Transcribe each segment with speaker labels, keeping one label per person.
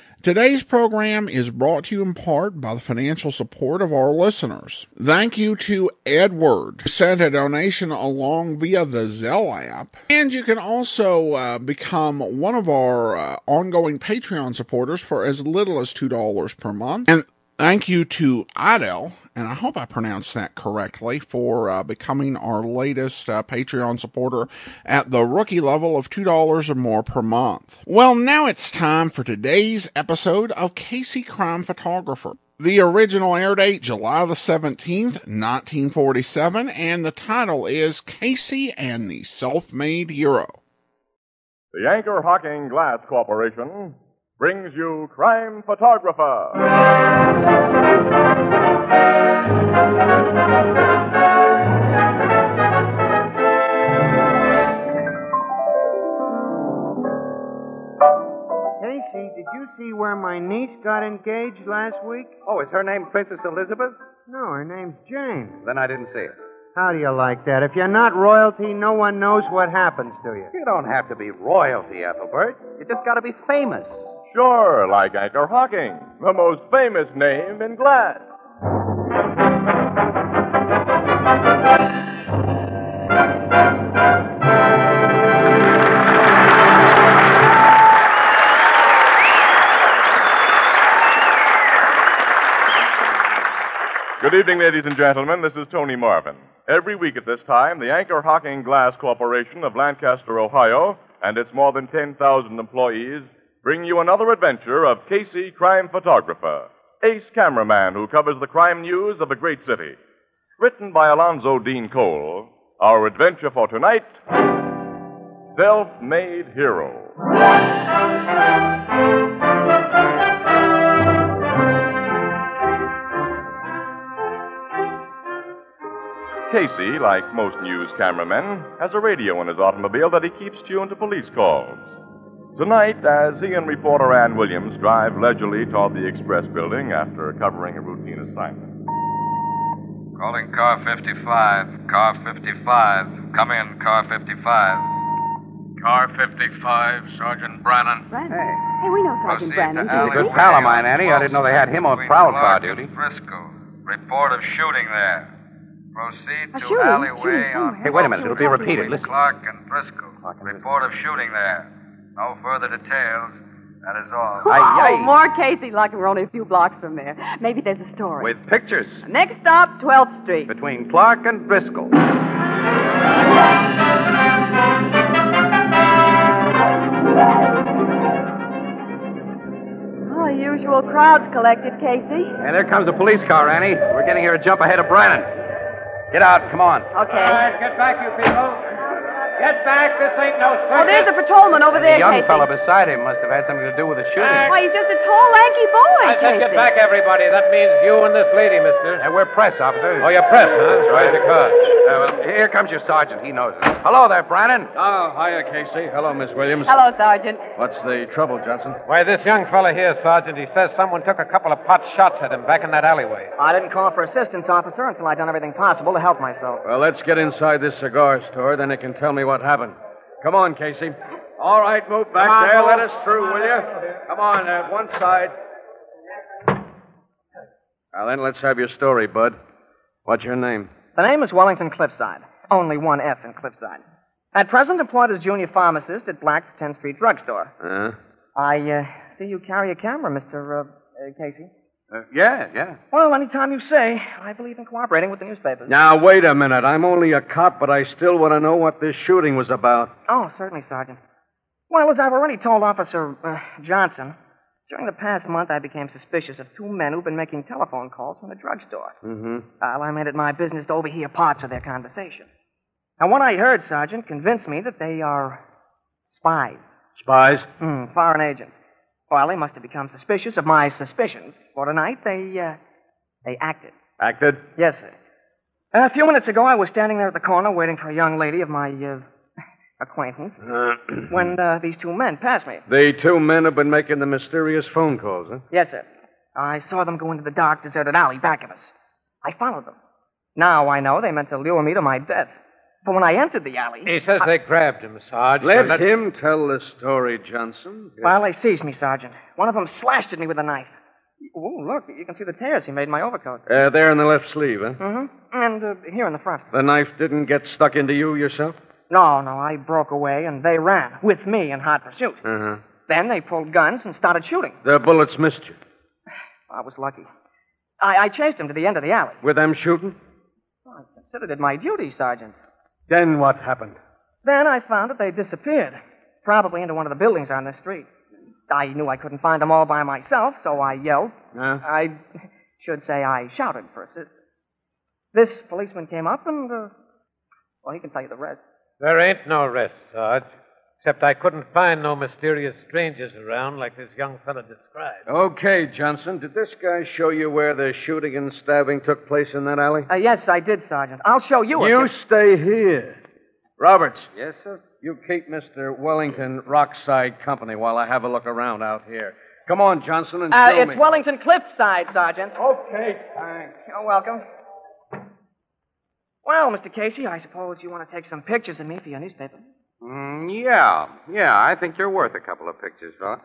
Speaker 1: Today's program is brought to you in part by the financial support of our listeners. Thank you to Edward, who sent a donation along via the Zelle app. And you can also uh, become one of our uh, ongoing Patreon supporters for as little as $2 per month. And thank you to Idel, and I hope I pronounced that correctly, for uh, becoming our latest uh, Patreon supporter at the rookie level of $2 or more per month. Well, now it's time for today's episode of Casey Crime Photographer. The original air date, July the 17th, 1947, and the title is Casey and the Self-Made Hero.
Speaker 2: The Anchor Hocking Glass Corporation brings you Crime Photographer.
Speaker 3: Casey, did you see where my niece got engaged last week?
Speaker 4: Oh, is her name Princess Elizabeth?
Speaker 3: No, her name's Jane.
Speaker 4: Then I didn't see it.
Speaker 3: How do you like that? If you're not royalty, no one knows what happens to you.
Speaker 4: You don't have to be royalty, Ethelbert. You just got to be famous.
Speaker 2: Sure, like Anchor Hocking, the most famous name in glass.
Speaker 5: Mm-hmm.
Speaker 2: Good evening, ladies and gentlemen. This is Tony Marvin. Every week at this time, the Anchor Hocking Glass Corporation of Lancaster, Ohio, and its more than 10,000 employees bring you another adventure of Casey, crime photographer, ace cameraman who covers the crime news of a great city. Written by Alonzo Dean Cole, our adventure for tonight Self Made Hero. Casey, like most news cameramen, has a radio in his automobile that he keeps tuned to police calls. Tonight, as he and reporter Ann Williams drive leisurely toward the Express building after covering a routine assignment.
Speaker 6: Calling car 55. Car 55. Come in, car 55. Car 55, Sergeant Brannon.
Speaker 7: Brannon? Hey, we know Sergeant
Speaker 6: Proceed
Speaker 7: Brannon.
Speaker 6: to Alley
Speaker 4: He's a good pal of mine, Annie. I
Speaker 6: Wilson,
Speaker 4: didn't know they had him on
Speaker 6: between
Speaker 4: prowl car
Speaker 6: Clark
Speaker 4: duty.
Speaker 6: and Frisco. Report of shooting there. Proceed
Speaker 7: A
Speaker 6: to
Speaker 7: shooting? oh
Speaker 6: alleyway
Speaker 7: Shooting
Speaker 6: on.
Speaker 7: somewhere.
Speaker 4: Hey, wait a minute. It'll be repeated.
Speaker 6: Between
Speaker 4: Listen.
Speaker 6: Clark and Frisco. Report of shooting there. No further details. That is all.
Speaker 4: Aye, aye.
Speaker 7: Oh, more Casey like we're only a few blocks from there. Maybe there's a story.
Speaker 4: With pictures.
Speaker 7: Next stop, 12th Street.
Speaker 4: Between Clark and Driscoll.
Speaker 7: Oh, the usual crowd's collected, Casey.
Speaker 4: And there comes a police car, Annie. We're getting here a jump ahead of Brannon. Get out. Come on.
Speaker 7: Okay.
Speaker 8: get back, you people. Get back. This ain't no
Speaker 7: oh, there's a patrolman over there,
Speaker 4: the young
Speaker 7: Casey.
Speaker 4: fellow beside him must have had something to do with the shooting.
Speaker 7: Why, he's just a tall, lanky boy,
Speaker 8: I said
Speaker 7: Casey.
Speaker 8: get back, everybody. That means you and this lady, mister.
Speaker 4: And we're press officers.
Speaker 8: Oh, you're press, huh? That's right. The car.
Speaker 4: Uh, well, here comes your sergeant. He knows us. Hello there, Brannon.
Speaker 9: Oh, hiya, Casey. Hello, Miss Williams.
Speaker 7: Hello, Sergeant.
Speaker 9: What's the trouble, Johnson?
Speaker 8: Why, this young fella here, Sergeant, he says someone took a couple of pot shots at him back in that alleyway.
Speaker 10: I didn't call for assistance, officer, until I'd done everything possible to help myself.
Speaker 9: Well, let's get inside this cigar store, then it can tell me what happened. Come on, Casey. All right, move back
Speaker 8: Come on,
Speaker 9: there.
Speaker 8: move.
Speaker 9: Let us through, will you? Come on, uh, one side. Now then, let's have your story, Bud. What's your name?
Speaker 10: The name is Wellington Cliffside. Only one F in Cliffside. At present employed as junior pharmacist at Black's 10th Street Drugstore.
Speaker 9: Huh?
Speaker 10: I uh, see you carry a camera, Mr. Uh, uh, Casey.
Speaker 9: Uh, yeah, yeah.
Speaker 10: Well, anytime you say, I believe in cooperating with the newspapers.
Speaker 9: Now, wait a minute. I'm only a cop, but I still want to know what this shooting was about.
Speaker 10: Oh, certainly, Sergeant. Well, as I've already told Officer uh, Johnson, during the past month I became suspicious of two men who've been making telephone calls from the drugstore.
Speaker 9: Mm-hmm.
Speaker 10: Well, I made it my business to overhear parts of their conversation. And what I heard, Sergeant, convinced me that they are spies,
Speaker 9: Spies?
Speaker 10: Hmm, foreign agents. While they must have become suspicious of my suspicions for tonight, they, uh, they acted.
Speaker 5: Acted?
Speaker 10: Yes, sir. A few minutes ago, I was standing there at the corner waiting for a young lady of my uh, acquaintance when uh, these two men passed me.
Speaker 9: The two men have been making the mysterious phone calls, huh?
Speaker 10: Yes, sir. I saw them go into the dark, deserted alley back of us. I followed them. Now I know they meant to lure me to my death. But when I entered the alley.
Speaker 11: He says
Speaker 10: I-
Speaker 11: they grabbed him, Sarge.
Speaker 9: Let
Speaker 11: so that-
Speaker 9: him tell the story, Johnson.
Speaker 10: Well, they seized me, Sergeant. One of them slashed at me with a knife. Oh, look, you can see the tears he made in my overcoat.
Speaker 9: Uh, there in the left sleeve, huh?
Speaker 10: Mm-hmm. And uh, here in the front.
Speaker 9: The knife didn't get stuck into you yourself?
Speaker 10: No, no, I broke away, and they ran with me in hot pursuit.
Speaker 9: Uh-huh.
Speaker 10: Then they pulled guns and started shooting.
Speaker 9: The bullets missed you.
Speaker 10: I was lucky. I, I chased them to the end of the alley.
Speaker 9: With them shooting?
Speaker 10: I considered it my duty, Sergeant.
Speaker 11: Then what happened?
Speaker 10: Then I found that they disappeared, probably into one of the buildings on this street. I knew I couldn't find them all by myself, so I yelled.
Speaker 9: Huh?
Speaker 10: I should say I shouted for assistance. This policeman came up and, uh, well, he can tell you the rest.
Speaker 11: There ain't no rest, Sarge. Except I couldn't find no mysterious strangers around like this young fella described.
Speaker 9: Okay, Johnson. Did this guy show you where the shooting and stabbing took place in that alley?
Speaker 10: Uh, yes, I did, Sergeant. I'll show you. if
Speaker 9: You stay here. Roberts. Yes, sir? You keep Mr. Wellington Rockside company while I have a look around out here. Come on, Johnson, and
Speaker 10: Uh,
Speaker 9: show
Speaker 10: it's
Speaker 9: me.
Speaker 10: Wellington Cliffside, Sergeant.
Speaker 11: Okay.
Speaker 10: Thanks. You're welcome. Well, Mr. Casey, I suppose you want to take some pictures of me for your newspaper.
Speaker 5: Mm, yeah, yeah, I think you're worth a couple of pictures, fella.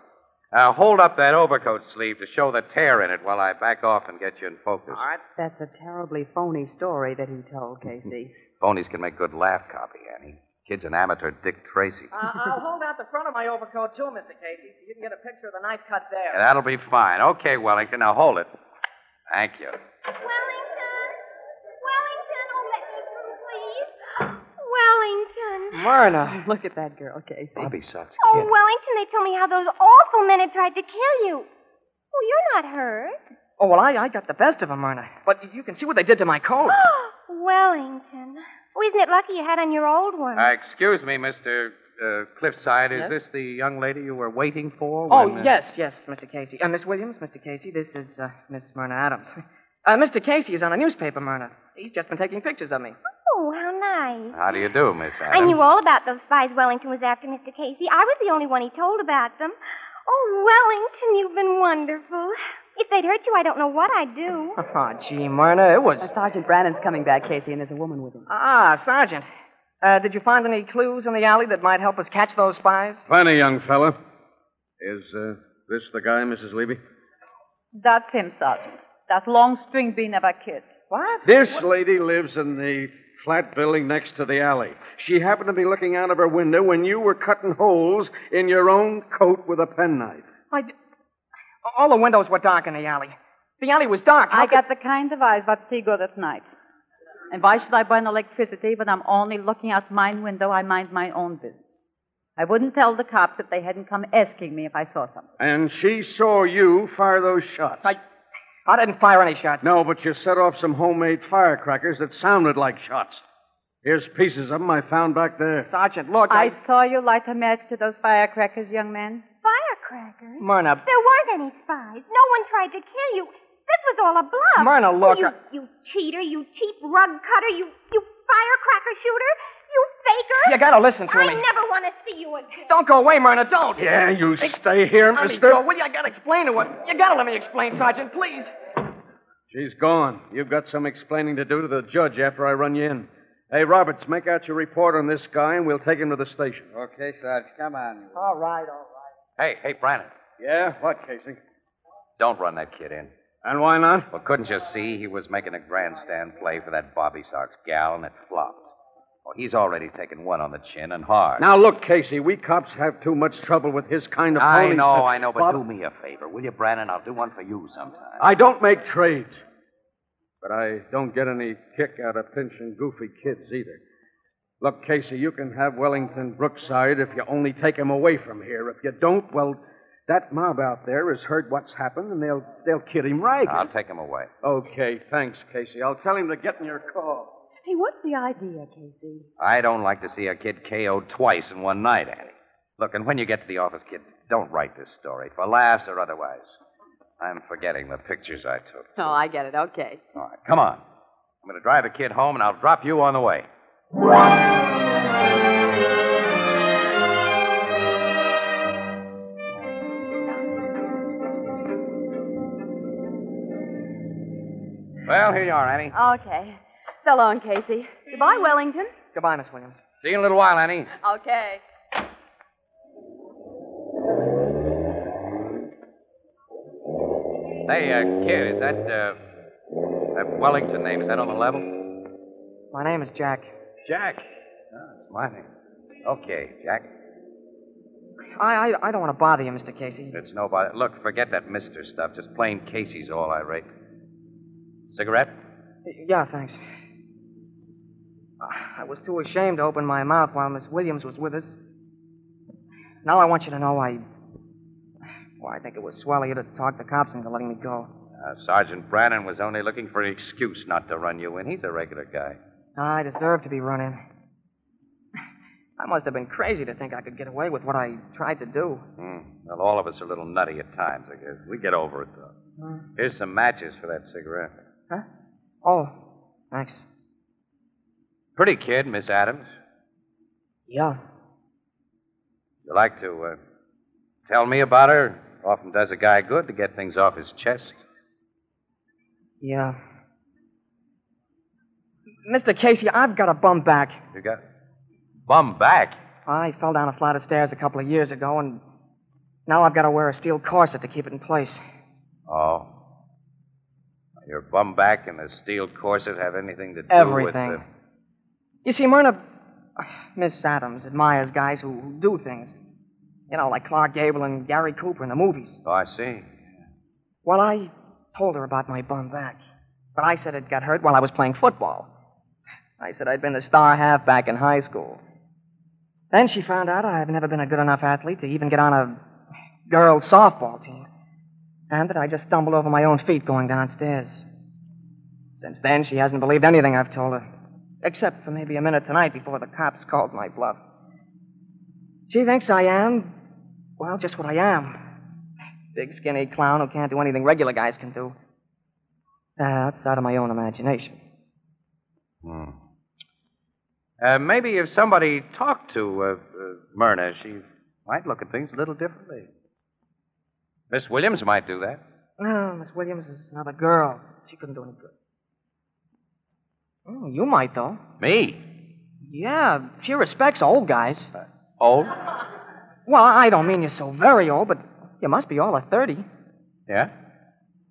Speaker 5: Uh, hold up that overcoat sleeve to show the tear in it while I back off and get you in focus. All right.
Speaker 12: That's a terribly phony story that he told, Casey.
Speaker 5: Phonies can make good laugh copy, Annie. Kid's an amateur Dick Tracy.
Speaker 10: Uh, I'll hold out the front of my overcoat, too, Mr. Casey, so you can get a picture of the knife cut there.
Speaker 5: Yeah, that'll be fine. Okay, Wellington, now hold it. Thank you.
Speaker 13: Wellington! Wellington! Oh, let me through, please. Wellington!
Speaker 10: Myrna.
Speaker 12: Look at that girl, Casey.
Speaker 5: Bobby sucks.
Speaker 13: Oh, Wellington, they told me how those awful men had tried to kill you. Oh, you're not hurt.
Speaker 10: Oh, well, I, I got the best of them, Myrna. But you can see what they did to my coat.
Speaker 13: Wellington. Oh, isn't it lucky you had on your old one?
Speaker 5: Uh, excuse me, Mr. Uh, Cliffside. Is
Speaker 10: Yes?
Speaker 5: this the young lady you were waiting for?
Speaker 10: Oh,
Speaker 5: when, uh,
Speaker 10: yes, yes, Mr. Casey. Uh, Miss Williams, Mr. Casey, this is uh, Miss Myrna Adams. Uh, Mr. Casey is on a newspaper, Myrna. He's just been taking pictures of me.
Speaker 13: Oh, how nice.
Speaker 5: How do you do, Miss Adams?
Speaker 13: I knew all about those spies Wellington was after, Mr. Casey. I was the only one he told about them. Oh, Wellington, you've been wonderful. If they'd hurt you, I don't know what I'd do.
Speaker 10: Oh, gee, Myrna, it was.
Speaker 12: Uh, Sergeant Brannan's coming back, Casey, and there's a woman with him.
Speaker 10: Ah, Sergeant. Uh, did you find any clues in the alley that might help us catch those spies?
Speaker 9: Plenty, young fella. Is uh, this the guy, Mrs. Levy?
Speaker 14: That's him, Sergeant. That long string bean of a kid.
Speaker 10: What?
Speaker 9: This lady lives in the flat building next to the alley. She happened to be looking out of her window when you were cutting holes in your own coat with a penknife.
Speaker 10: I d- All the windows were dark in the alley. The alley was dark. How
Speaker 14: I
Speaker 10: could-
Speaker 14: got the kind of eyes that see good at night. And why should I burn electricity when I'm only looking out my window? I mind my own business. I wouldn't tell the cops if they hadn't come asking me if I saw something.
Speaker 9: And she saw you fire those shots.
Speaker 10: I, I didn't fire any shots.
Speaker 9: No, but you set off some homemade firecrackers that sounded like shots. Here's pieces of them I found back there.
Speaker 10: Sergeant, look.
Speaker 14: I saw you light a match to those firecrackers, young man.
Speaker 13: Firecrackers?
Speaker 10: Myrna.
Speaker 13: There weren't any spies. No one tried to kill you. This was all a bluff.
Speaker 10: Myrna, look,
Speaker 13: You,
Speaker 10: I-
Speaker 13: you cheater, you cheap rug cutter, you, you firecracker shooter, you faker.
Speaker 10: You gotta listen to
Speaker 13: I
Speaker 10: me.
Speaker 13: never want to see you again.
Speaker 10: Don't go away, Myrna. Don't.
Speaker 9: Yeah, you stay here,
Speaker 10: Let me
Speaker 9: mister.
Speaker 10: go, will you? I gotta explain to her. You gotta let me explain, Sergeant, please.
Speaker 9: She's gone. You've got some explaining to do to the judge after I run you in. Hey, Roberts, make out your report on this guy, and we'll take him to the station.
Speaker 15: Okay, Sarge, come on. you.
Speaker 10: All right, all right.
Speaker 5: Hey, hey, Brannon.
Speaker 9: Yeah? What, Casey?
Speaker 5: Don't run that kid in.
Speaker 9: And why not?
Speaker 5: Well, couldn't you see he was making a grandstand play for that Bobby Sox gal, and it flopped. Well, he's already taken one on the chin and hard.
Speaker 9: Now, look, Casey, we cops have too much trouble with his kind of
Speaker 5: I
Speaker 9: ponies
Speaker 5: know,
Speaker 9: that-
Speaker 5: I know, but
Speaker 9: Bob,
Speaker 5: do me a favor, will you, Brannon? I'll do one for you sometime.
Speaker 9: I don't make trades. But I don't get any kick out of pinching goofy kids either. Look, Casey, you can have Wellington Brookside if you only take him away from here. If you don't, well, that mob out there has heard what's happened, and they'll they'll kid him right. Oh.
Speaker 5: I'll take him away.
Speaker 9: Okay, thanks, Casey. I'll tell him to get in your car.
Speaker 12: Hey, what's the idea, Casey?
Speaker 5: I don't like to see a kid KO'd twice in one night, Annie. Look, and when you get to the office, kid, Don't write this story, for laughs or otherwise. I'm forgetting the pictures I took.
Speaker 12: Oh, I get it. Okay.
Speaker 5: All right, come on. I'm going to drive the kid home, and I'll drop you on the way. Well, here you are, Annie.
Speaker 12: Okay. So long, Casey. Goodbye, Wellington.
Speaker 10: Goodbye, Miss Williams.
Speaker 5: See you in a little while, Annie.
Speaker 12: Okay.
Speaker 5: Hey, uh, kid, is that, uh, that Wellington name, is that on the level?
Speaker 10: My name is Jack.
Speaker 5: Jack? It's my name. Okay, Jack.
Speaker 10: I, I, I don't want to bother you, Mr. Casey.
Speaker 5: It's nobody. Uh, Look, forget that mister stuff. Just plain Casey's all I rate. Cigarette?
Speaker 10: Yeah, thanks. I was too ashamed to open my mouth while Miss Williams was with us. Now I want you to know I. Well, I think it was swell of you to talk the cops into letting me go.
Speaker 5: Uh, Sergeant Brannon was only looking for an excuse not to run you in. He's a regular guy.
Speaker 10: I deserve to be run in. I must have been crazy to think I could get away with what I tried to do.
Speaker 5: Hmm. Well, all of us are a little nutty at times, I guess. We get over it, though. Here's some matches for that cigarette.
Speaker 10: Oh, thanks.
Speaker 5: Pretty kid, Miss Adams.
Speaker 10: Yeah.
Speaker 5: You like to uh, tell me about her? Often does a guy good to get things off his chest.
Speaker 10: Yeah. Mr. Casey, I've got a bum back.
Speaker 5: You got bum back.
Speaker 10: I fell down a flight of stairs a couple of years ago, and now I've got to wear a steel corset to keep it in place.
Speaker 5: Oh. Your bum back and the steel corset have anything to do
Speaker 10: Everything.
Speaker 5: with
Speaker 10: You see, Myrna, Miss Adams admires guys who who do things. You know, like Clark Gable and Gary Cooper in the movies.
Speaker 5: the... Oh, I see.
Speaker 10: Well, I told her about my bum back, but I said it got hurt while I was playing football. I said I'd been the star halfback in high school. Then she found out I've never been a good enough athlete to even get on a girls' softball team, and that I just stumbled over my own feet going downstairs. Since then, she hasn't believed anything I've told her, except for maybe a minute tonight before the cops called my bluff. She thinks I am, well, just what I am. Big skinny clown who can't do anything regular guys can do. Uh, that's out of my own imagination.
Speaker 5: Hmm. Uh, maybe if somebody talked to uh, uh, Myrna, she might look at things a little differently. Miss Williams might do that.
Speaker 10: No, Oh, Miss Williams is another girl. She couldn't do any good. Oh, you might, though.
Speaker 5: Me?
Speaker 10: Yeah, she respects old guys.
Speaker 5: Old?
Speaker 10: Well, I don't mean you're so very old, but you must be all of 30.
Speaker 5: Yeah?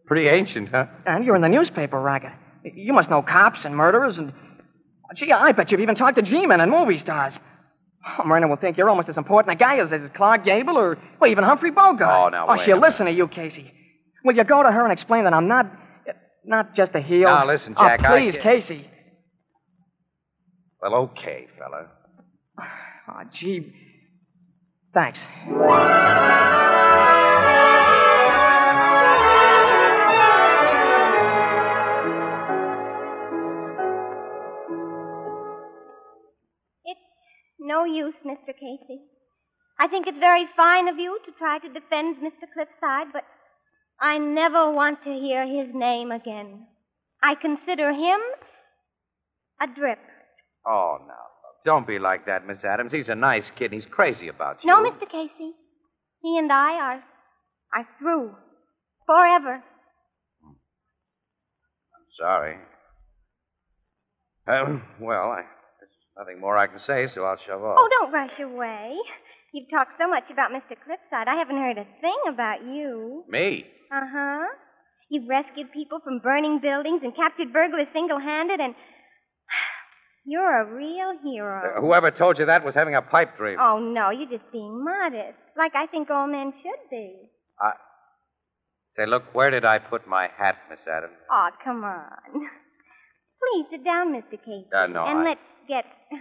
Speaker 5: Pretty ancient, huh?
Speaker 10: And you're in the newspaper racket. You must know cops and murderers and. Gee, I bet you've even talked to G men and movie stars. Oh, Myrna will think you're almost as important a guy as, as Clark Gable or well, even Humphrey Bogart.
Speaker 5: Oh, now,
Speaker 10: Oh,
Speaker 5: wait
Speaker 10: she'll
Speaker 5: a
Speaker 10: listen to you, Casey. Will you go to her and explain that I'm not. not just a heel?
Speaker 5: Now, listen,
Speaker 10: Oh,
Speaker 5: Jack, I
Speaker 10: please,
Speaker 5: can't-
Speaker 10: Casey.
Speaker 5: Well, okay, fella.
Speaker 10: Oh, gee. Thanks.
Speaker 13: No use, Mr. Casey. I think it's very fine of you to try to defend Mr. Cliffside, but I never want to hear his name again. I consider him a drip.
Speaker 5: Oh, now, look, don't be like that, Miss Adams. He's a nice kid, and he's crazy about you.
Speaker 13: No, Mr. Casey. He and I are are through. Forever.
Speaker 5: Sorry. Um, well, I, there's nothing more I can say, so I'll shove off.
Speaker 13: Oh, don't rush away. You've talked so much about Mr. Cliffside, I haven't heard a thing about you.
Speaker 5: Me?
Speaker 13: Uh huh. You've rescued people from burning buildings and captured burglars single handed, and you're a real hero.
Speaker 5: Uh, whoever told you that was having a pipe dream.
Speaker 13: Oh, no, you're just being modest, like I think all men should be.
Speaker 5: I... Say, look, where did I put my hat, Miss Adams?
Speaker 13: Oh, come on. Please sit down, Mr. Casey.
Speaker 5: Uh, no,
Speaker 13: and
Speaker 5: I-
Speaker 13: let's get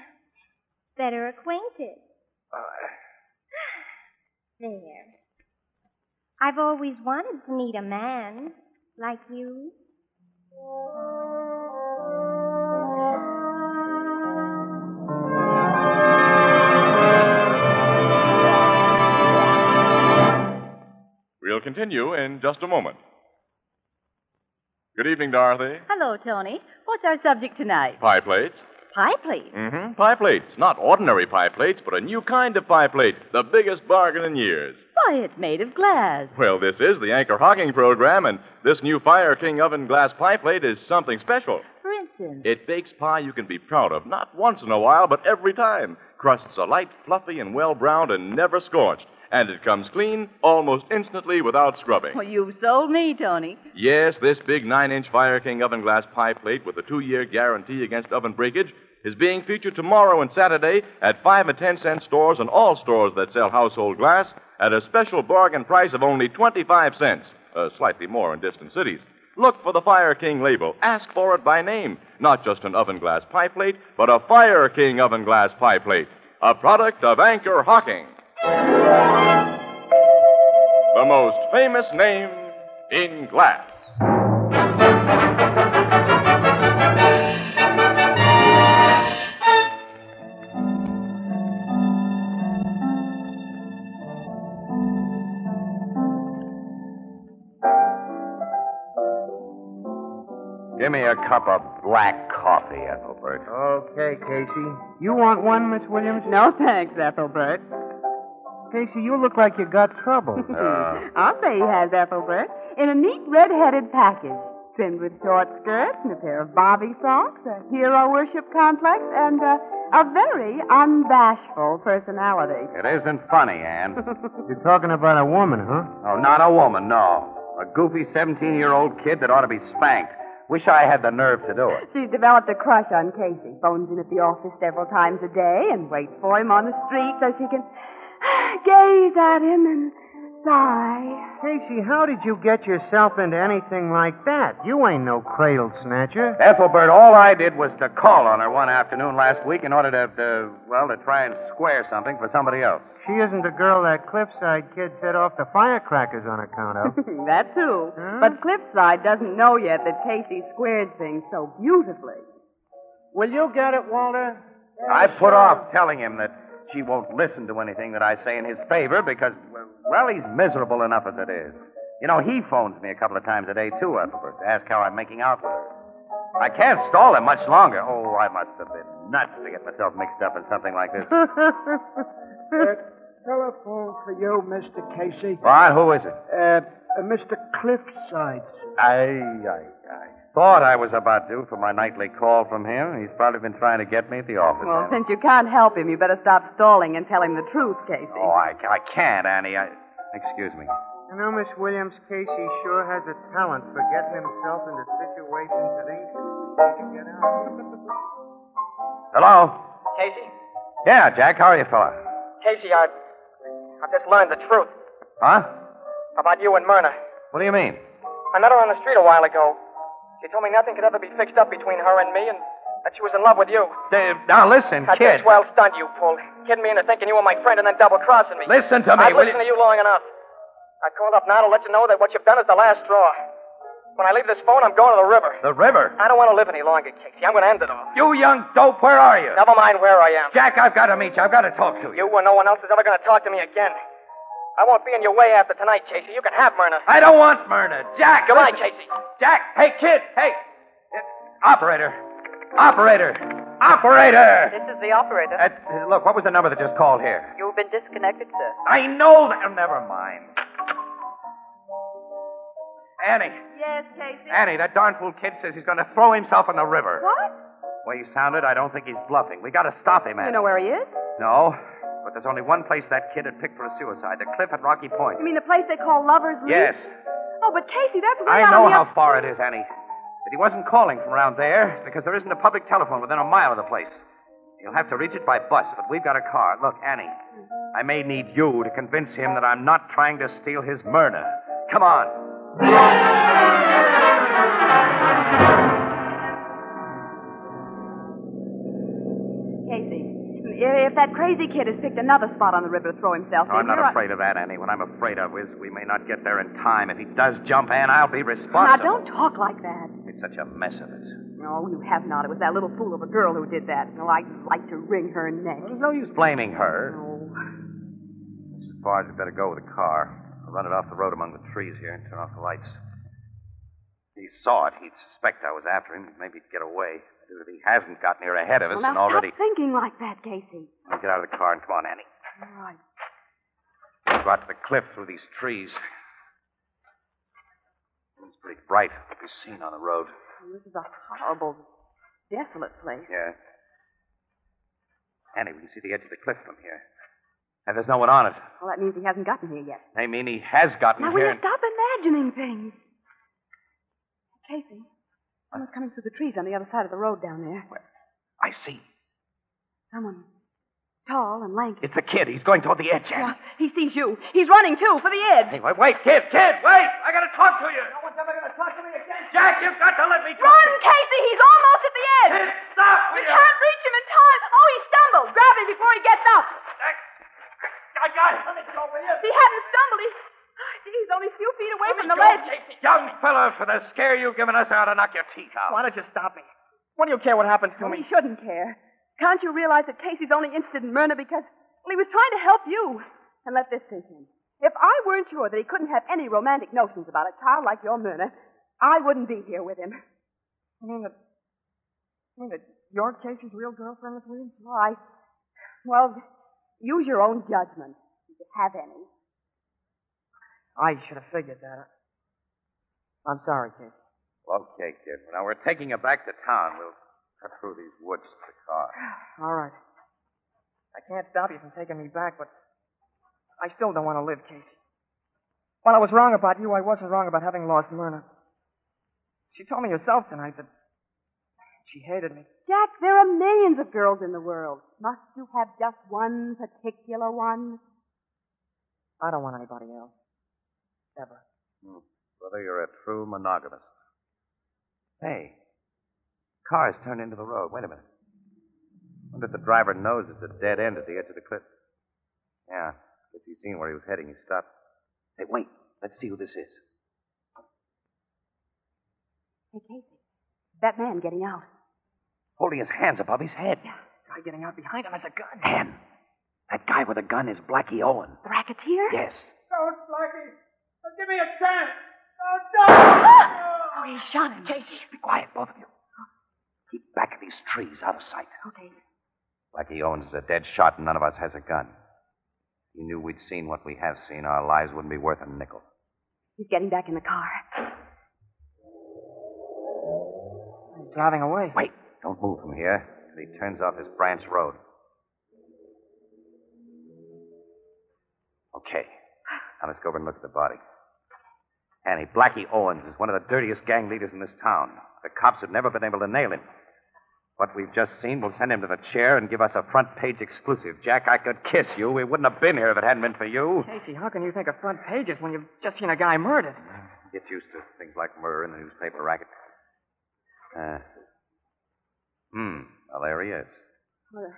Speaker 13: better acquainted. There. I've always wanted to meet a man like you.
Speaker 2: We'll continue in just a moment. Good evening, Dorothy.
Speaker 14: Hello, Tony. What's our subject tonight?
Speaker 2: Pie plates.
Speaker 14: Pie, please.
Speaker 2: Mm-hmm. Pie plates. Not ordinary pie plates, but a new kind of pie plate. The biggest bargain in years.
Speaker 14: Why, it's made of glass.
Speaker 2: Well, this is the Anchor Hawking program, and this new Fire King oven glass pie plate is something special.
Speaker 14: For instance,
Speaker 2: It bakes pie you can be proud of, not once in a while, but every time. Crusts are light, fluffy, and well browned and never scorched. And it comes clean almost instantly without scrubbing.
Speaker 14: well, you've sold me, Tony.
Speaker 2: Yes, this big 9 inch Fire King oven glass pie plate with a two year guarantee against oven breakage is being featured tomorrow and Saturday at 5 and 10 cent stores and all stores that sell household glass at a special bargain price of only 25 cents, uh, slightly more in distant cities. Look for the Fire King label. Ask for it by name. Not just an oven glass pie plate, but a Fire King oven glass pie plate, a product of Anchor Hawking. The most famous name in glass.
Speaker 5: Give me a cup of black coffee, Ethelbert.
Speaker 3: Okay, Casey. You want one, Miss Williams?
Speaker 12: No, thanks, Ethelbert.
Speaker 3: Casey, you look like you got trouble.
Speaker 5: Uh,
Speaker 12: I'll say he has Ethelbert in a neat red-headed package, trimmed with short skirts and a pair of bobby socks, a hero worship complex, and uh, a very unbashful personality.
Speaker 5: It isn't funny, Ann.
Speaker 3: You're talking about a woman, huh?
Speaker 5: oh, not a woman, no. A goofy 17 year old kid that ought to be spanked. Wish I had the nerve to do it.
Speaker 12: She's developed a crush on Casey. Phones him at the office several times a day and waits for him on the street so she can gaze at him and sigh.
Speaker 3: Casey, how did you get yourself into anything like that? You ain't no cradle snatcher.
Speaker 5: Ethelbert, all I did was to call on her one afternoon last week in order to, to well, to try and square something for somebody else.
Speaker 3: She isn't the girl that Cliffside kid set off the firecrackers on account of.
Speaker 12: That's who. But Cliffside doesn't know yet that Casey squared things so beautifully.
Speaker 3: Will you get it, Walter?
Speaker 5: I put off telling him that she won't listen to anything that I say in his favor because, well, he's miserable enough as it is. You know, he phones me a couple of times a day, too, Ethelbert, to ask how I'm making out with her. I can't stall him much longer. Oh, I must have been nuts to get myself mixed up in something like this.
Speaker 16: Uh, telephone for you, Mr. Casey.
Speaker 5: All right, who is it?
Speaker 16: Uh, uh, Mr. Cliffside.
Speaker 5: I, I, I thought I was about due for my nightly call from him. He's probably been trying to get me at the office.
Speaker 12: Well, since you can't help him, you better stop stalling and tell him the truth, Casey.
Speaker 5: Oh, I, I can't, Annie. I, excuse me.
Speaker 3: You know, Miss Williams, Casey sure has a talent for getting himself into situations that ain't easy to get out
Speaker 5: Hello?
Speaker 10: Casey?
Speaker 5: Yeah, Jack, how are you, fella?
Speaker 10: Casey, I, I've just learned the truth
Speaker 5: Huh?
Speaker 10: about you and Myrna.
Speaker 5: What do you mean?
Speaker 10: I met her on the street a while ago. She told me nothing could ever be fixed up between her and me, and that she was in love with you.
Speaker 5: Dave, now listen,
Speaker 10: That's
Speaker 5: kid.
Speaker 10: a swell stunt you pulled. Kidding me into thinking you were my friend and then double crossing me.
Speaker 5: Listen to me,
Speaker 10: I've
Speaker 5: will
Speaker 10: listened to
Speaker 5: you-
Speaker 10: you long enough. I called up now to let you know that what you've done is the last straw. When I leave this phone, I'm going to the river.
Speaker 5: The river.
Speaker 10: I don't want to live any longer, Casey. I'm going to end it all.
Speaker 5: You young dope, where are you?
Speaker 10: Never mind where I am.
Speaker 5: Jack, I've got to meet you. I've got to talk to you.
Speaker 10: You or no one else is ever going to talk to me again. I won't be in your way after tonight, Casey. You can have Myrna.
Speaker 5: I don't want Myrna. Jack,
Speaker 10: Goodbye,
Speaker 5: listen.
Speaker 10: Casey.
Speaker 5: Jack, hey, kid, hey. Operator. Operator. Operator.
Speaker 17: This is the operator.
Speaker 5: Uh, uh, look, what was the number that just called here?
Speaker 17: You've been disconnected, sir.
Speaker 5: I know that. oh, Never mind. Annie.
Speaker 18: Yes, Casey.
Speaker 5: Annie, that darn fool kid says he's going to throw himself in the river.
Speaker 18: What?
Speaker 5: The way he sounded, I don't think he's bluffing. We got to stop him, Annie.
Speaker 12: You know where he is?
Speaker 5: No, but there's only one place that kid had picked for a suicide the cliff at Rocky Point.
Speaker 12: You mean the place they call Lover's Leap?
Speaker 5: yes.
Speaker 12: Oh, but Casey, that's way
Speaker 5: I
Speaker 12: out
Speaker 5: know
Speaker 12: on the
Speaker 5: how far it is, Annie. But he wasn't calling from around there because there isn't a public telephone within a mile of the place. You'll have to reach it by bus, but we've got a car. Look, Annie, I may need you to convince him that I'm not trying to steal his Myrna. Come on.
Speaker 12: Casey, if if that crazy kid has picked another spot on the river to throw himself
Speaker 5: No,
Speaker 12: in,
Speaker 5: I'm not
Speaker 12: you're a-
Speaker 5: afraid of that, Annie. What I'm afraid of is we may not get there in time. If he does jump, Ann, I'll be
Speaker 12: Now,
Speaker 5: responsible.
Speaker 12: don't talk like that.
Speaker 5: It's such a mess of it.
Speaker 12: No, you have not. It was that little fool of a girl who did that. No, I'd like to wring her neck.
Speaker 5: There's no use blaming her. Mrs. Barnes, we better go with the car. The run it off the road among the trees here and turn off the lights. If he saw it, he'd suspect I was after him. Maybe he'd get away. If he hasn't got near ahead of us
Speaker 12: Well,
Speaker 5: and
Speaker 12: now
Speaker 5: already.
Speaker 12: Stop thinking like that, Casey.
Speaker 5: Now Get out of the car and come on, Annie.
Speaker 12: All right.
Speaker 5: Go out to the cliff through these trees. It's pretty bright. What we've seen on the road.
Speaker 12: This is a horrible, desolate place.
Speaker 5: Yeah. Annie, we can see the edge of the cliff from here. And there's no one on it.
Speaker 12: Well, that means he hasn't gotten here yet.
Speaker 5: I mean, he has gotten
Speaker 12: Now, will
Speaker 5: here.
Speaker 12: you stop imagining things? Casey, someone's coming through the trees on the other side of the road down there.
Speaker 5: I see.
Speaker 12: Someone tall and lanky.
Speaker 5: It's the kid. He's going toward the edge. Annie.
Speaker 12: Yeah, he sees you. He's running, too, for the edge.
Speaker 5: Hey, wait, wait, kid, kid, wait! I gotta talk to you.
Speaker 12: No one's ever going to talk to me again.
Speaker 5: Jack, you've got to let me talk.
Speaker 12: Run, Casey! He's almost at the edge!
Speaker 5: Kid, stop!
Speaker 12: We
Speaker 5: will you?
Speaker 12: can't reach him in time! Oh, he stumbled! Grab him before he gets up!
Speaker 5: I got it. Let me go, will you?
Speaker 12: He hadn't stumbled. He... Gee, he's only a few feet away from the ledge.
Speaker 5: Young fella, for the scare you've given us, I ought to knock your teeth out.
Speaker 10: Why don't you stop me? What do you care what happens to
Speaker 12: Well,
Speaker 10: me?
Speaker 12: he Oh, shouldn't care. Can't you realize that Casey's only interested in Myrna because, well, he was trying to help you? And let this sink in. If I weren't sure that he couldn't have any romantic notions about a child like your Myrna, I wouldn't be here with him.
Speaker 10: You mean that. You mean that you're Casey's real girlfriend, Miss Williams?
Speaker 12: Well, Oh, I, well, use your own judgment if you have any.
Speaker 10: I should have figured that. I'm sorry, Casey.
Speaker 5: Okay, kid. Now we're taking you back to town. We'll cut through these woods to the car.
Speaker 10: All right. I can't stop you from taking me back, but I still don't want to live, Casey. While I was wrong about you, I wasn't wrong about having lost Myrna. She told me herself tonight that she hated me.
Speaker 12: Jack, there are millions of girls in the world. Must you have just one particular one?
Speaker 10: I don't want anybody else. Ever.
Speaker 5: Hmm. Brother, you're a true monogamist. Hey, car's turned into the road. Wait a minute. Wonder if the driver knows it's a dead end at the edge of the cliff. Yeah, guess he's seen where he was heading. He stopped. Hey, wait. Let's see who this is.
Speaker 12: Hey, Casey, that man getting out.
Speaker 5: Holding his hands above his head.
Speaker 10: Guy getting out behind him has a gun.
Speaker 5: Man, that guy with a gun is Blackie Owen.
Speaker 12: The racketeer?
Speaker 5: Yes.
Speaker 16: Don't, Blackie. Give me a chance. Don't, don't.
Speaker 12: Oh, he shot him. Casey.
Speaker 5: Be quiet, both of you. Keep back of these trees, out of sight.
Speaker 12: Okay.
Speaker 5: Blackie Owens is a dead shot, and none of us has a gun. He knew we'd seen what we have seen. Our lives wouldn't be worth a nickel.
Speaker 12: He's getting back in the car.
Speaker 10: He's driving away.
Speaker 5: Wait. Don't move from here till he turns off this branch road. Okay. Now let's go over and look at the body. Annie, Blackie Owens is one of the dirtiest gang leaders in this town. The cops have never been able to nail him. What we've just seen will send him to the chair and give us a front page exclusive. Jack, I could kiss you. We wouldn't have been here if it hadn't been for you.
Speaker 10: Casey, how can you think of front pages when you've just seen a guy murdered?
Speaker 5: Get used to things like murder in the newspaper racket. Uh, hmm. Well, there he is.
Speaker 12: Well, uh,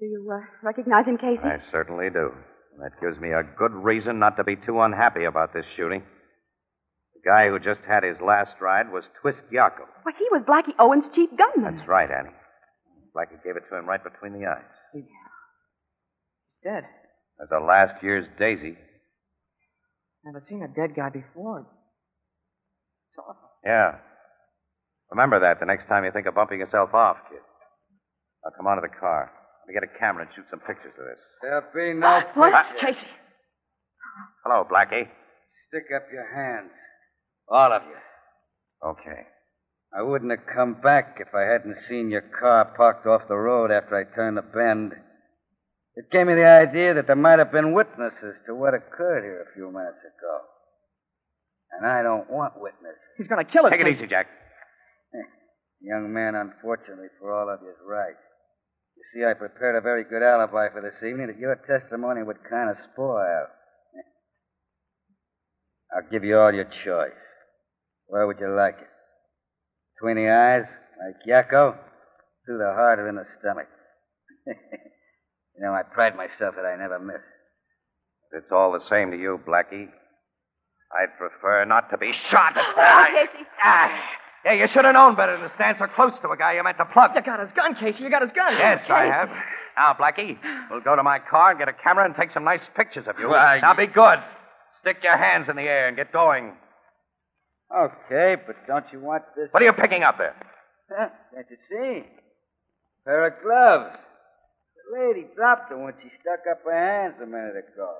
Speaker 12: do you uh, recognize him, Casey?
Speaker 5: I certainly do. And that gives me a good reason not to be too unhappy about this shooting. The guy who just had his last ride was Twist Yako.
Speaker 12: Why, he was Blackie Owen's chief gunman.
Speaker 5: That's right, Annie. Blackie gave it to him right between the eyes.
Speaker 10: He's dead.
Speaker 5: As a last year's daisy.
Speaker 10: Never seen a dead guy before. It's awful.
Speaker 5: Yeah. Remember that the next time you think of bumping yourself off, kid. Now come on to the car. Let me get a camera and shoot some pictures of this.
Speaker 9: There be no
Speaker 10: What?
Speaker 9: pictures.
Speaker 10: Casey.
Speaker 5: Hello, Blackie.
Speaker 9: Stick up your hands. All of you.
Speaker 5: Okay.
Speaker 6: I wouldn't have come back if I hadn't seen your car parked off the road after I turned the bend. It gave me the idea that there might have been witnesses to what occurred here a few minutes ago. And I don't want witnesses.
Speaker 10: He's going to kill us.
Speaker 5: Take it
Speaker 10: Casey.
Speaker 5: easy, Jack.
Speaker 6: Young man, unfortunately for all of you, is right. You see, I prepared a very good alibi for this evening that your testimony would kind of spoil. I'll give you all your choice. Where would you like it? Between the eyes, like Yakko, through the heart or in the stomach? you know, I pride myself that I never miss.
Speaker 5: If it's all the same to you, Blackie, I'd prefer not to be shot. Ah.
Speaker 10: Oh, Casey.
Speaker 5: Yeah, you should have known better than to stand so close to a guy you meant to plug.
Speaker 10: You got his gun, Casey. You got his gun.
Speaker 5: Yes, I
Speaker 10: Casey.
Speaker 5: have. Now, Blackie, we'll go to my car and get a camera and take some nice pictures of you.
Speaker 6: Why,
Speaker 5: now, be good.
Speaker 19: Stick your hands in the air and get going.
Speaker 6: Okay, but don't you want this?
Speaker 19: What are you picking up there?
Speaker 6: Huh? Can't you see? Pair of gloves. The lady dropped them when she stuck up her hands a minute ago.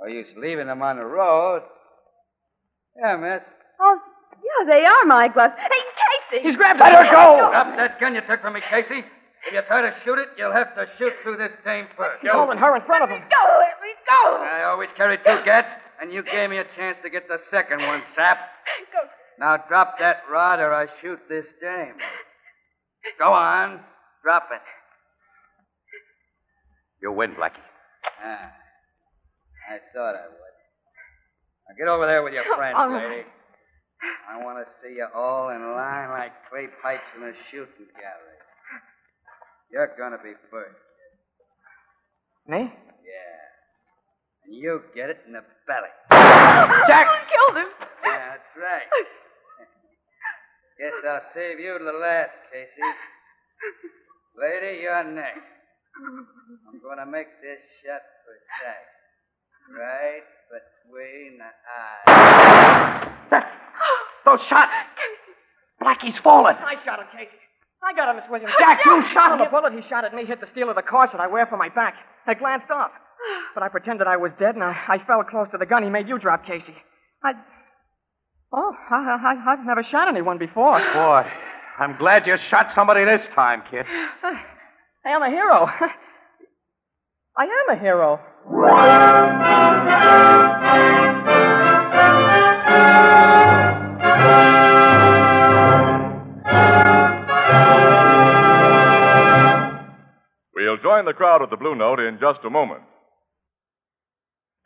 Speaker 6: No use leaving them on the road. Yeah, miss.
Speaker 16: Oh, yeah, they are my gloves. Hey, Casey!
Speaker 6: He's grabbed
Speaker 16: it.
Speaker 6: Let her go!
Speaker 20: Drop that gun you took from me, Casey. If you try to shoot it, you'll have to shoot through this thing first.
Speaker 10: He's holding her in front of him.
Speaker 16: Go! Let me go!
Speaker 20: I always carry two gats, and you gave me a chance to get the second one, sap.
Speaker 16: Go.
Speaker 20: Now drop that rod or I shoot this dame. Go on. Drop it.
Speaker 19: You win, Blackie.
Speaker 6: Ah, I thought I would. Now get over there with your friends,
Speaker 20: All right.
Speaker 6: lady. I want to see you all in line like clay pipes in a shooting gallery. You're going to be first.
Speaker 10: Me?
Speaker 6: Yeah. And you get it in the belly.
Speaker 10: Jack!
Speaker 16: killed him.
Speaker 6: Yeah, that's right. Guess I'll save you to the last, Casey. Lady, you're next. I'm going to make this shot precise. Right between the eyes.
Speaker 20: Those shots! Blackie's fallen.
Speaker 10: I shot him, Casey. I got him, Miss Williams.
Speaker 20: Jack, you shot
Speaker 10: him. The bullet he shot at me hit the steel of the corset I wear for my back. I glanced up, but I pretended I was dead, and I, I fell close to the gun he made you drop, Casey. I. Oh, I, I, I've never shot anyone before.
Speaker 19: Boy, I'm glad you shot somebody this time, kid.
Speaker 10: I am a hero. I am a hero.
Speaker 2: We'll join the crowd at the Blue Note in just a moment.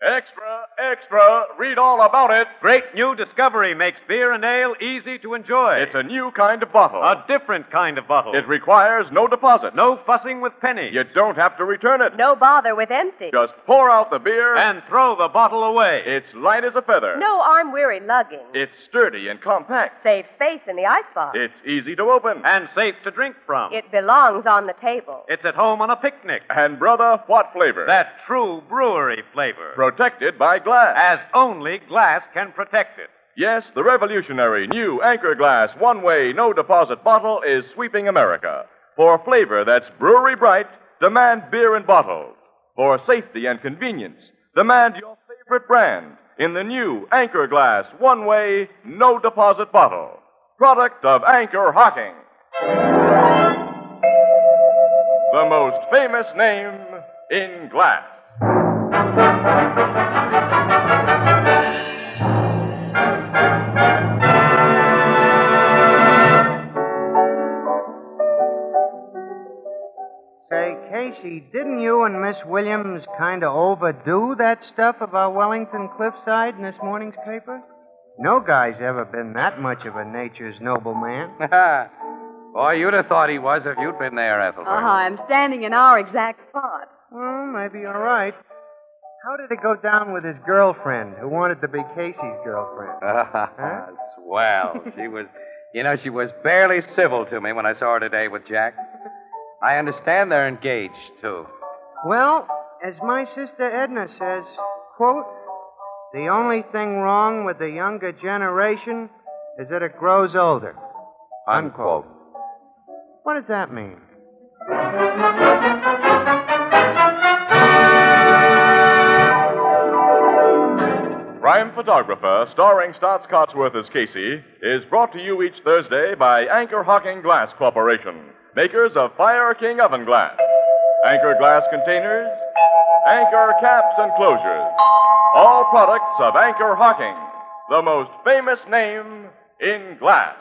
Speaker 2: Extra, extra, read all about it.
Speaker 9: Great new discovery makes beer and ale easy to enjoy.
Speaker 2: It's a new kind of bottle.
Speaker 9: A different kind of bottle.
Speaker 2: It requires no deposit.
Speaker 9: No fussing with pennies.
Speaker 2: You don't have to return it.
Speaker 12: No bother with empty.
Speaker 2: Just pour out the beer
Speaker 9: and throw the bottle away.
Speaker 2: It's light as a feather.
Speaker 12: No arm weary lugging.
Speaker 2: It's sturdy and compact.
Speaker 12: Saves space in the icebox.
Speaker 2: It's easy to open.
Speaker 9: And safe to drink from.
Speaker 12: It belongs on the table.
Speaker 9: It's at home on a picnic.
Speaker 2: And, brother, what flavor?
Speaker 9: That true brewery flavor.
Speaker 2: Protected by glass.
Speaker 9: As only glass can protect it.
Speaker 2: Yes, the revolutionary new Anchor Glass one way, no deposit bottle is sweeping America. For flavor that's brewery bright, demand beer in bottles. For safety and convenience, demand your favorite brand in the new Anchor Glass one way, no deposit bottle. Product of Anchor Hocking. The most famous name in glass.
Speaker 3: Say, Casey, didn't you and Miss Williams kind of overdo that stuff about Wellington Cliffside in this morning's paper? No guy's ever been that much of a nature's nobleman.
Speaker 5: Boy, you'd have thought he was if you'd been there, Ethelbert.
Speaker 3: Uh-huh.
Speaker 12: I'm standing in our exact spot.
Speaker 3: Well, maybe you're right. How did it go down with his girlfriend who wanted to be Casey's girlfriend?
Speaker 5: Ah, Swell. She was, you know, she was barely civil to me when I saw her today with Jack. I understand they're engaged, too.
Speaker 3: Well, as my sister Edna says, quote, the only thing wrong with the younger generation is that it grows older.
Speaker 5: Unquote.
Speaker 3: What does that mean?
Speaker 2: Crime Photographer, starring Stotts Cotsworth as Casey, is brought to you each Thursday by Anchor Hocking Glass Corporation, makers of Fire King Oven Glass, Anchor Glass Containers, Anchor Caps and Closures. All products of Anchor Hocking, the most famous name in glass.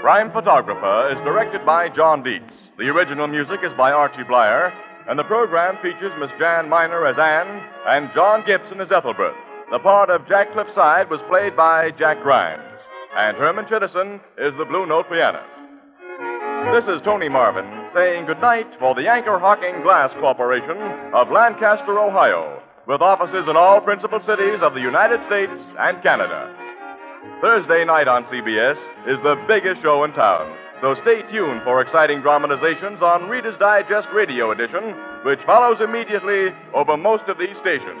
Speaker 2: Crime Photographer is directed by John Dietz. The original music is by Archie Blyer, and the program features Miss Jan Miner as Anne and John Gibson as Ethelbert. The part of Jack Cliffside was played by Jack Grimes, and Herman Chittison is the Blue Note pianist. This is Tony Marvin saying goodnight for the Anchor Hawking Glass Corporation of Lancaster, Ohio, with offices in all principal cities of the United States and Canada. Thursday night on CBS is the biggest show in town, so stay tuned for exciting dramatizations on Reader's Digest Radio Edition, which follows immediately over most of these stations.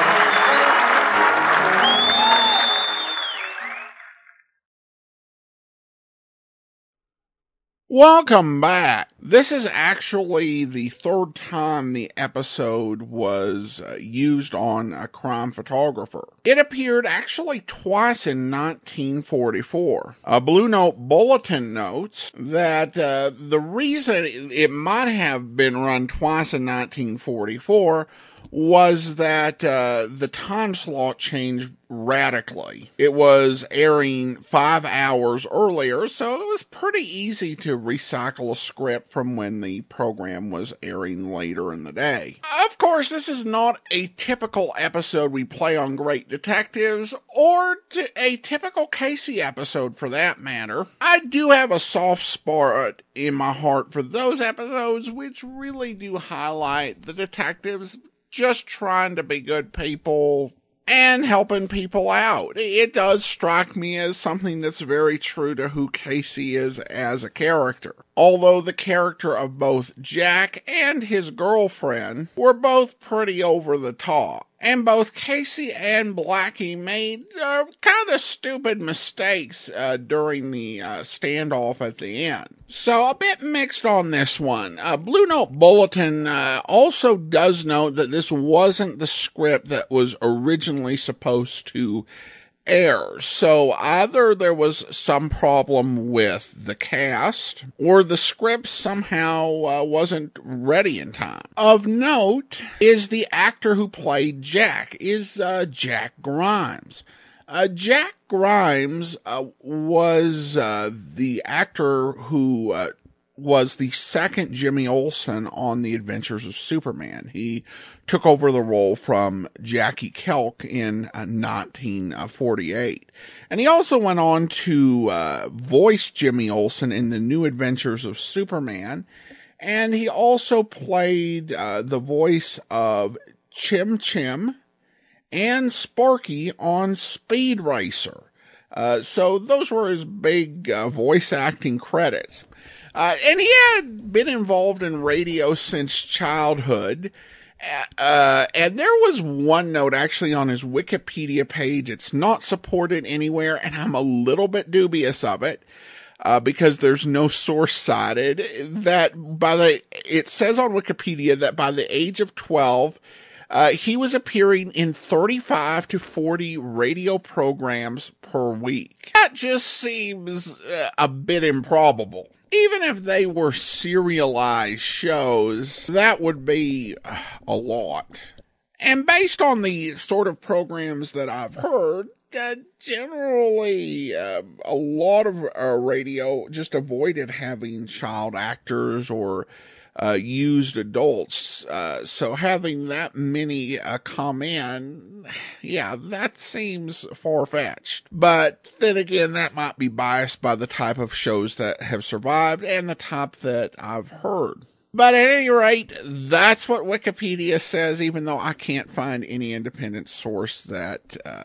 Speaker 1: Welcome back. This is actually the third time the episode was uh, used on a crime photographer. It appeared actually twice in 1944. A Blue Note bulletin notes that uh, the reason it might have been run twice in 1944 was that uh, the time slot changed radically. It was airing five hours earlier, so it was pretty easy to recycle a script from when the program was airing later in the day. Of course, this is not a typical episode we play on Great Detectives, or t- a typical Casey episode for that matter. I do have a soft spot in my heart for those episodes which really do highlight the detectives just trying to be good people and helping people out. It does strike me as something that's very true to who Casey is as a character. Although the character of both Jack and his girlfriend were both pretty over the top. And both Casey and Blackie made uh, kind of stupid mistakes uh, during the uh, standoff at the end. So a bit mixed on this one. Uh, Blue Note Bulletin uh, also does note that this wasn't the script that was originally supposed to air. So either there was some problem with the cast or the script somehow uh, wasn't ready in time. Of note is the actor who played Jack is uh, Jack Grimes. Uh, Jack Grimes uh, was uh, the actor who uh, was the second Jimmy Olsen on The Adventures of Superman. He took over the role from Jackie Kelk in 1948. And he also went on to uh, voice Jimmy Olsen in The New Adventures of Superman. And he also played uh, the voice of Chim Chim and Sparky on Speed Racer. Uh, so those were his big uh, voice acting credits. Uh, and he had been involved in radio since childhood. Uh, and there was one note actually on his Wikipedia page. It's not supported anywhere, and I'm a little bit dubious of it. Uh, because there's no source cited that by the, it says on Wikipedia that by the age of 12, Uh, he was appearing in 35 to 40 radio programs per week. That just seems uh, a bit improbable even if they were serialized shows, that would be uh, a lot. And based on the sort of programs that I've heard, uh, generally, uh, a lot of uh, radio just avoided having child actors or uh, used adults. Uh, so having that many uh, come in, yeah, that seems far fetched. But then again, that might be biased by the type of shows that have survived and the type that I've heard. But at any rate, that's what Wikipedia says, even though I can't find any independent source that uh,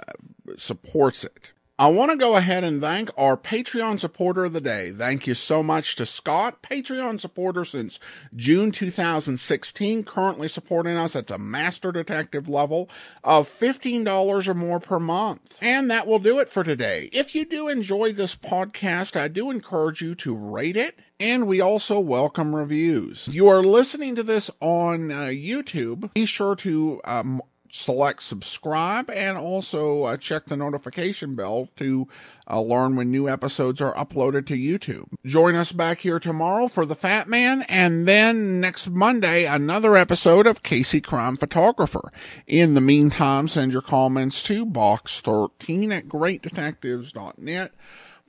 Speaker 1: supports it. I want to go ahead and thank our Patreon supporter of the day. Thank you so much to Scott, Patreon supporter since June 2016, currently supporting us at the master detective level of $15 or more per month. And that will do it for today. If you do enjoy this podcast, I do encourage you to rate it and we also welcome reviews. You are listening to this on uh, YouTube. Be sure to um, select subscribe and also uh, check the notification bell to uh, learn when new episodes are uploaded to YouTube. Join us back here tomorrow for The Fat Man, and then next Monday, another episode of Casey Crime Photographer. In the meantime, send your comments to box13 at greatdetectives.net.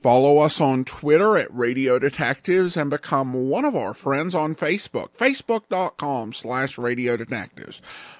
Speaker 1: Follow us on Twitter at Radio Detectives and become one of our friends on Facebook, facebook.com slash Radio Detectives.